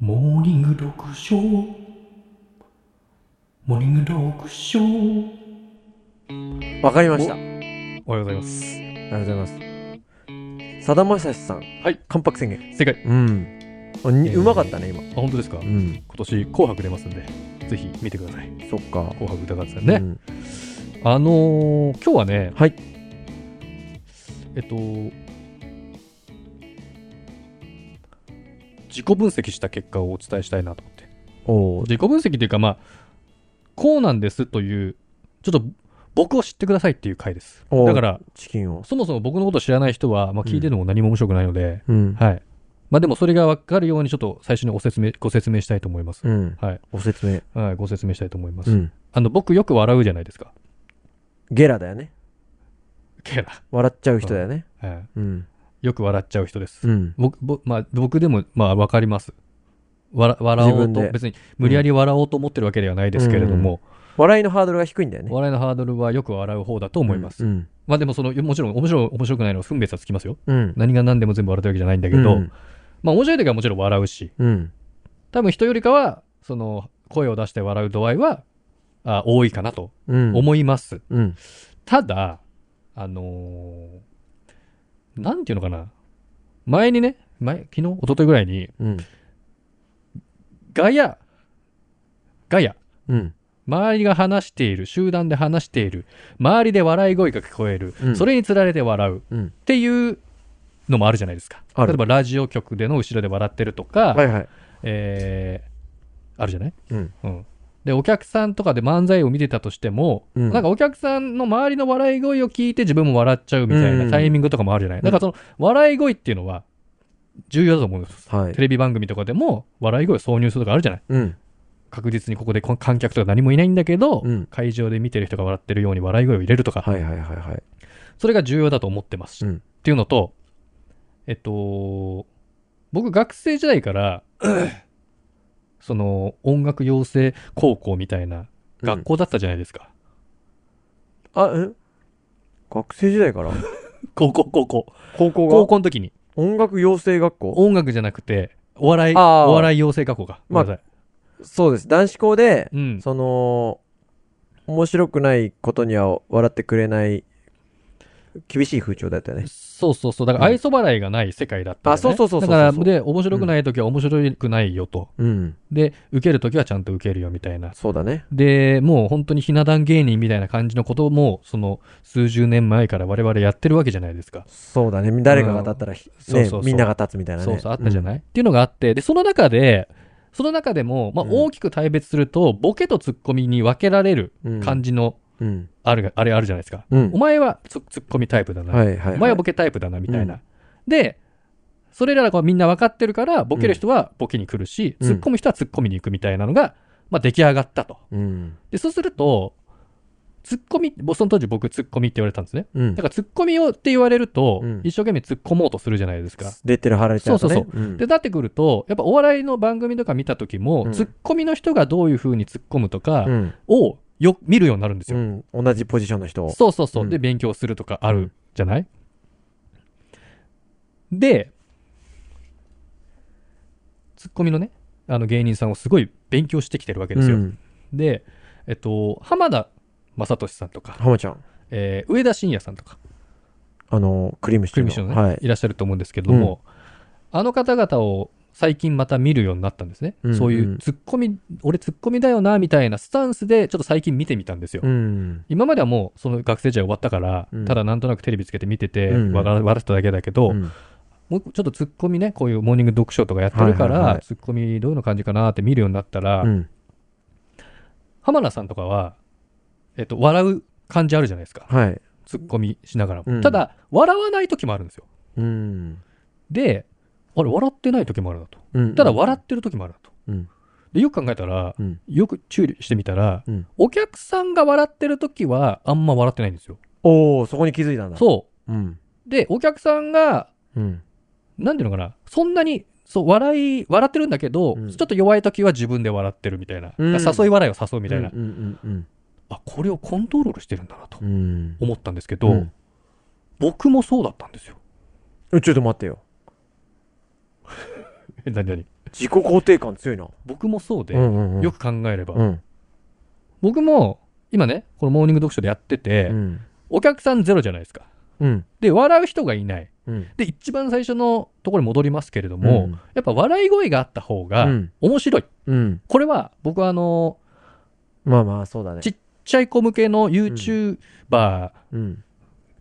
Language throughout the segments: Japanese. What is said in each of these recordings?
モーニング読書モーニング読書わかりました。ありおはようございます。がとうございます。さだまさしさん。はい。関白宣言。正解。うん。あにえーうまかったね、今。あ、本当ですか。今ん。年紅白出ますんで、ぜひ見てください。そっか。紅白歌合戦うね。んあのー、今日はね、はい。えっと。自己分析した結果をお伝えしたいなと思って。おお。自己分析というか、まあ。こうなんですという、ちょっと僕を知ってくださいっていう回です。おだから、チキンを。そもそも僕のこと知らない人は、まあ、聞いてるのも何も面白くないので。うん。はい。まあでもそれが分かるようにちょっと最初にお説明、ご説明したいと思います。うん。はい。お説明。はい、ご説明したいと思います。うん。あの、僕よく笑うじゃないですか。ゲラだよね。ケラ。笑っちゃう人だよね。はい。うん。よく笑っちゃう人です。うん。僕、僕、まあ僕でも、まあ分かります。笑笑おう自分とで、別に無理やり笑おうと思ってるわけではないですけれども、笑いのハードルが低いんだよね。笑いのハードルはよく笑う方だと思います。うん。まあでもその、もちろん面白い、面白くないのは分別はつきますよ。うん。何が何でも全部笑ってるわけじゃないんだけど、まあ面白い時はもちろん笑うし、うん。多分人よりかは、その、声を出して笑う度合いは、あ多いかなとうん。思います。うん。ただ、あのーなんていうのかな。前にね、前、昨日、一昨日ぐらいに、うん。ガヤ、ガヤ、うん。周りが話している、集団で話している、周りで笑い声が聞こえる、うんそれにつられて笑う、うんっていうのもあるじゃないですか。ある例えばラジオ局での後ろで笑ってるとか、はいはい。えーあるじゃないうん。うん、でお客さんとかで漫才を見てたとしても、うんなんかお客さんの周りの笑い声を聞いて自分も笑っちゃうみたいうんなタイミングとかもあるじゃない、んだからその笑い声っていうのは重要だと思うんです、はいテ。レビ番組とかでも笑い声挿入するとかあるじゃないうん。確実にここでこ観客とか何もいないんだけど、うん会場で見てる人が笑ってるように笑い声を入れるとか、はいはいはいはい。それが重要だと思ってます、うんっていうのとえっと僕学生時代 からその音楽養成高校みたいな学校だったじゃないですか、あ、うん学生時代から高校、高校。高校 が高校の時に、音楽養成学校音楽じゃなくて、お笑い、あーお笑い養成学校か。まあごめんなさそうです。男子校でい。、うん。その、面白くないことには笑ってくれない、厳しい風潮だったよね。そうそうそう。だから愛想笑いがない世界だった、ねあそうそうそうそうそうだから、で、面白くない時は面白くないよと。うん。で、受ける時はちゃんと受けるよみたいな。そうだね。で、もう本当にひな壇芸人みたいな感じのことも、その、数十年前から我々やってるわけじゃないですか。そうだね。誰かが立ったらひ、うんそうねそうそうみんなが立つみたいなね。そうそう、あったじゃない、い、っていうのがあって、で、その中で、その中でも、まあ、うん大きく対別すると、ボケとツッコミに分けられるうん、感じの、うん。あるが、あれあるじゃないですか。うんお前はツツッコミタイプだな。はいはいはい。お前はボケタイプだな、みたいな。で、それらがみんな分かってるから、ボケる人はボケに来るし、うんツッコむ人はツッコミに行くみたいなのが、まあ出来上がったと。うん。で、そうすると、ツッコミ、ぼその当時僕ツッコミって言われたんですね。うんだからツッコミをって言われると、うん一生懸命突っ込もうとするじゃないですか。レッテル貼られちゃうとね。そうそうそうん。で、なってくると、やっぱお笑いの番組とか見た時も、うんツッコミの人がどういう風に突っ込むとかうん。をよ、見るようになるんですよ。うん。同じポジションの人を。そうそうそう。うんで、勉強するとかあるじゃない、で、ツッコミのね、あの芸人さんをすごい勉強してきてるわけですよ。ん。で、えっと、浜田雅俊さんとか、浜ちゃん。えー上田晋也さんとか、あの、クリームシチクュリーーの。ムシチューのね、はいい、。らっしゃると思うんですけれども、あの方々を最近また見るようになったんですね。うんそういうんうツッコミ、俺ツッコミだよな、みたいなスタンスで、ちょっと最近見てみたんですよ。うん。今まではもうその学生時代終わったから、うんただなんとなくテレビつけて見てて、うん笑笑ってただけだけど、うんもうちょっとツッコミねこういうモーニング読書とかやってるから、はいはいはいツッコミどういうの感じかなって見るようになったら、うん。浜田さんとかは、えっと、笑う感じあるじゃないですかはい。ツッコミしながらも、うんただ笑わない時もあるんですようん。であれ笑ってない時もあるなとうんただ笑ってる時もあるなと、うんでよく考えたらうん。よく注意してみたら、うんお客さんが笑ってる時はあんま笑ってないんですよおおそこに気づいたんだ。。そううん。うでお客さんがうん。なんていうのかな、そんなに、そう、笑い、笑ってるんだけど、うんちょっと弱い時は自分で笑ってるみたいな。うん誘い笑いを誘うみたいな、うんうんあ、これをコントロールしてるんだなとうんうん。思ったんですけど、うん僕もそうだったんですよ。うん。ちょっと待ってよ。 え、何々。自己肯定感強いな。僕もそうで、うんうんうん。よく考えれば、うん。僕も、今ね、このモーニング読書でやってて、うん。お客さんゼロじゃないですか。うん。で、笑う人がいない。うん。で、一番最初のところに戻りますけれども、やっぱ笑い声があった方うがん。面白い。うん。これは、僕はあの、まあまあ、そうだね。ちちっちゃい子向けの YouTuber うん。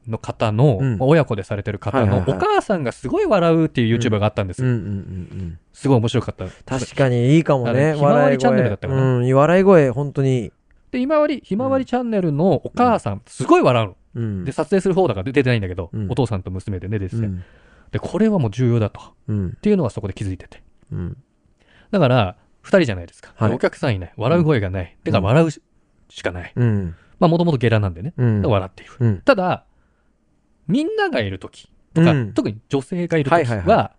の方の、うんまあ親子でされてる方はいの、はいはいお母さんがすごい笑うっていう YouTuber があったんですうんうんうよ。んうん。すごい面白かった。確かにいいかもね。あのひまわ笑りいチャンネルだっ。声たかなうん。笑い声、本当にいい。で、ひまわり、ひまわりチャンネルのお母さん、すごい笑うの。うん。で、撮影する方だから出てないんだけど、うんお父さんと娘でね、ですうね、ん。で、これはもう重要だと。っうん。ていうのはそこで気づいてて。うん。だから、二人じゃないですか。はいでお客さんいない。笑う声がない。だから笑うししかない。うん。まあ、もともとゲラなんでね。うだん。から笑っている。うん。ただ、みんながいるときとか、うん特に女性がいるときは、はいはいは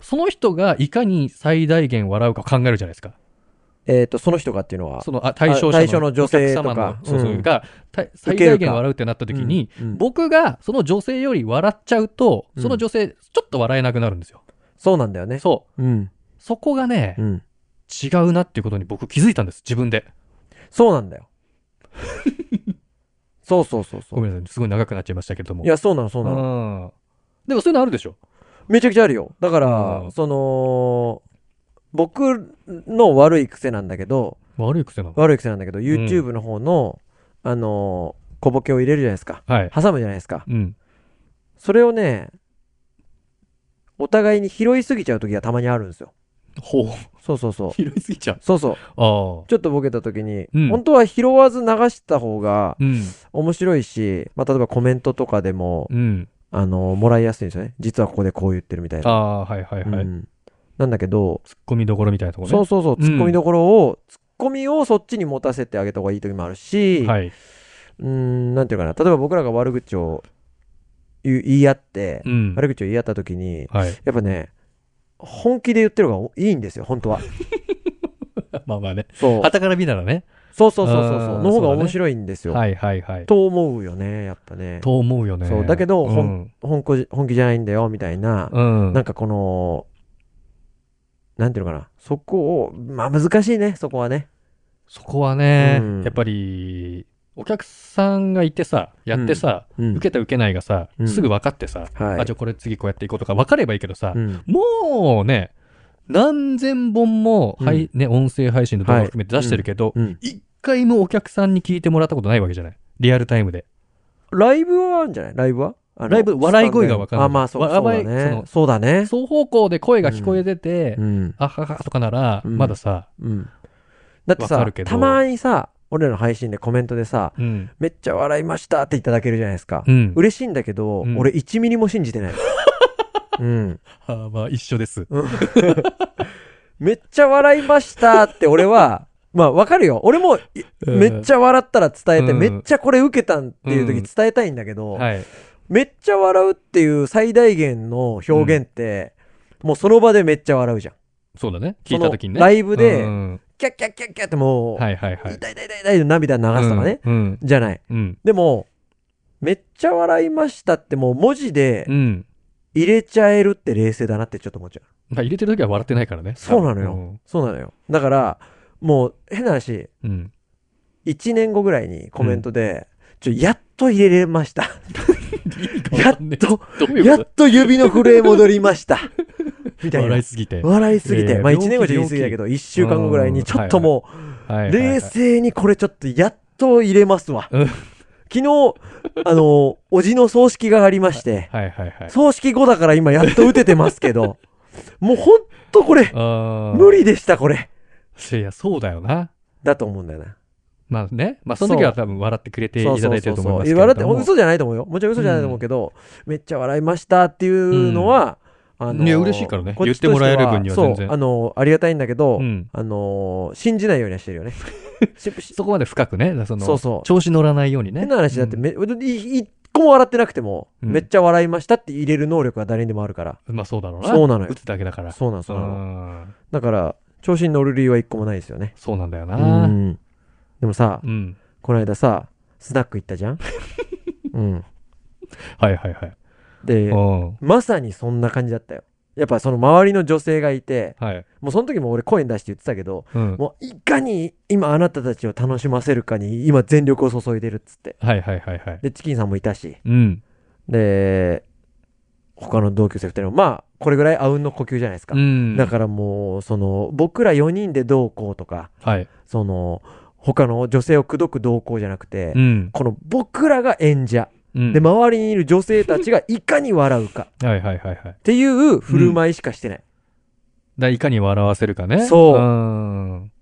その人がいかに最大限笑うか考えるじゃないですか。えっと、その人がっていうのは、そのあ対象者あ対象の女性とかお客様のそうそううんがた最受け大る限か笑うってなったときに、うんうん僕がその女性より笑っちゃうと、その女性、ちょっと笑えなくなるんですよ。そうなんだよね。そう。うん。そこがね、うん。違うなっていうことに僕気づいたんです、自分で。そうなんだ よ。そうそうそうそごう。めんなさい、すごい長くなっちゃいましたけれども。いや、そうなの、そうなの。うん。でもそういうのあるでしょめちゃくちゃあるよ。だかうんら、その、僕の悪い癖なんだけど、悪い癖なの。悪い癖なんだけど、YouTube の方の、あのー小ボケを入れるじゃないですか。はい。挟むじゃないですか。うん。それをね、お互いに拾いすぎちゃう時がたまにあるんですよ。ほう。 そうそうそう。拾いすぎちゃう。そうそう。ああ。ちょっとボケた時に、うん本当は拾わず流した方がうん。面白いし、まあ、例えばコメントとかでも、うん。あのーもらいやすいんですよね。実はここでこう言ってるみたいあな。あ、はいはいはい。うんなんだけど、ツッコミどころみたいなところね。そうそうそう、うんツッコミどころを、ツッコミをそっちに持たせてあげた方がいい時もあるし、はい。うーん、なんていうかな、例えば僕らが悪口を言う言い合って、うん。悪口を言い合った時に、はい。やっぱね、本気で言ってる方がいいんですよ、本当は。まあまあね。そう。はたから見たらね。そうそうそうそうあそーう。の方がそうだね面白いんですよ。はいはいはい。と思うよね、やっぱね。と思うよね。そうだけどうほん。本気じ本気じゃないんだよ、みたいな。うん。なんかこの、なんていうのかな。そこを、まあ難しいね、そこはね。そこはねうん、やっぱり、お客さんがいてさ、やってさ、うん受けた受けないがさ、うんすぐ分かってさ、はいあ、じゃあこれ次こうやっていこうとか分かればいいけどさう、んもうね、何千本も、うんはい、ね、音声配信の動画含めて出してるけど、うん。一回もお客さんに聞いてもらったことないわけじゃないリアルタイムで。ライブはあるんじゃないライブはあのライブ笑い声がわかんないあ、まあそうわそうだ笑いそのね。そうだね。双方向で声が聞こえてて、うん。あははとかなら、うんまださ、うん。だってわかさるけ、どたまにさ、俺らの配信でコメントでさ、うん。めっちゃ笑いましたっていただけるじゃないですか。うん。嬉しいんだけど、うん俺1ミリも信じて ない。うん。 あーまあ一緒です。めっちゃ笑いましたって俺は、まあわかるよ。俺もいめっちゃ笑ったら伝えて、うんめっちゃこれ受けたんっていうう時ん伝えたいんだけど、はい。めっちゃ笑うっていう最大限の表現って、もうその場でめっちゃ笑うじゃん。そうだね。聞いた時にね。そのライブでうんキャッキャッキャッキャッってもう、はいはいはい。痛い痛い痛い痛いの涙流すとかね、うん。うんじゃない。うん。でも、めっちゃ笑いましたってもう文字でうん。入れちゃえるって冷静だなってちょっと思っちゃう。まあ入れてる時は笑ってないからね。そうなのよ。そうなのよ。だから、もう変な話、うん。うん。 1年後ぐらいにコメントで、ちょ、やっと入れれ ました。やっと、どういうやこっと指の震え戻りま した。みとたい笑。ないすぎて。笑いすぎいやいて、やまあ1病気年後じゃ言い過ぎだけど、1週間後ぐらいにちょっともはいはいう、はい冷静にこれちょっとやっと入れますわ。うん昨日、あの、おじの葬式がありまして、はいはいはい。葬式後だから今やっと打ててますけど、もうほんとこれ、あー無理でしたこれ。いや、そうだよな。だと思うんだよな。まあね。まあその時は多分笑ってくれていただいてると思いますけれども。笑って、嘘じゃないと思うよ。もちろん嘘じゃないと思うけど、めっちゃ笑いましたっていうのは、あのいや嬉しいからねこっ言っちてともしてらえる分には全然そう、あのありがたいんだけど、うんあの信じないようにはしてるよ ね。ししそこまで深くね、その、そうそう調子乗らないようにね。変な話だってうんめ、い一個も笑ってなくても、うんめっちゃ笑いましたって入れる能力は誰にでもあるから。まあそうだろうな。そうなのよ打つだけだから。そうなんそううなの。んだから、調子に乗る理由は一個もないですよね。そうなんだような。ん。でもさう、ん。この間さ、スナック行ったじゃ んうん。はいはいはい。でう、ん。まさにそんな感じだったよ。やっぱその周りの女性がいて、はい。もうその時も俺声に出して言ってたけど、うん。もういかに今あなたたちを楽しませるかに今全力を注いでるっつって。はいはいはいはい。で、チキンさんもいたし、うん。で、他の同級生2人も、まあ、これぐらいあうんの呼吸じゃないですか。うん。だからもう、その、僕ら4人でどうこうとか、はい。その、他の女性を口説く同行じゃなくて、うん。この僕らが演者、うんで、周りにいる女性たちがいかに笑うかはいはいはいはい。っていう振る舞いしかしてない。だいかに笑わせるかね。そううん。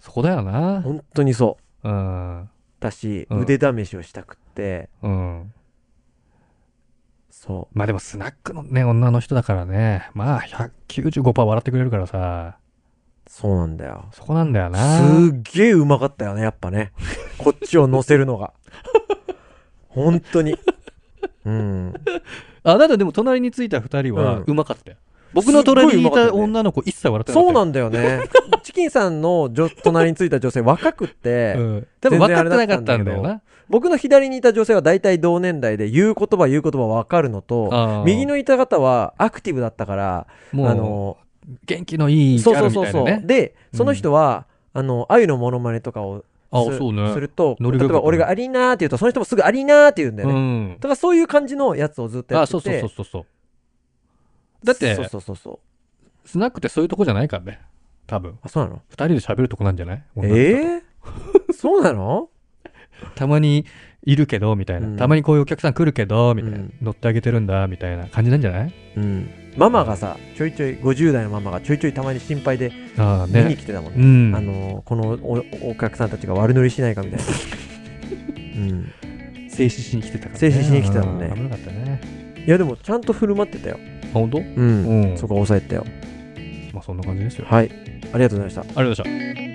そこだよな。 本当にそう。うん。だし、うん腕試しをしたくって、うん。そまあでもスナックのね、女の人だからね。まあ、195%笑ってくれるからさ。う、そうなんだよ。そこなんだよな。すっげえうまかったよね、やっぱ ね。こっちを乗せるのが。本当に。うん。あ、だってでも隣についた二人うはんうまかったよ。僕の隣にいすっごいうまかったたよね女の子一切笑ってなかったそうなよ。んだよね。チキンさんの女隣についた女性若くって、うん。多分分かってなかったんだよ全然あれだな。僕の左にいた女性は大体同年代で言う言葉言う言葉わかるのと、あー右のいた方はアクティブだったから、もう、あの、元気のいいギそうャそルうみそうたいそなう。ね。で、うんその人は、あの、あゆのモノマネとかをあすそうねすると、ノ例リが良かえったねば俺がアリーナーって言うと、その人もすぐアリーナーって言うんだようね。んだ。からそういう感じのやつをずっとやあ、ってそて。うそうそうそうそう。だってそうそうそうそう。スナックってそういうとこじゃないからね。多分。あ、そうなの二人で喋るとこなんじゃないええ そうなのたまにいるけど、みたいな、うんたまにこういうお客さん来るけど、みたいな。うん乗ってあげてるんだ、みたいな感じなんじゃないうん。ママがさ、ちょいちょい、50代のママがちょいちょいたまに心配でああ見にね。来てたもんうね。ん。あのーこのおお客さんたちが悪乗りしないかみたい な。うん。静止しに来てたから、ね。静止しに来てたもんねあー危なかったね。いや、でもちゃんと振る舞ってたよ。あ本当？うん。うんそこは抑えてたよ。まあそんな感じですよ。はい。ありがとうございました。ありがとうございました。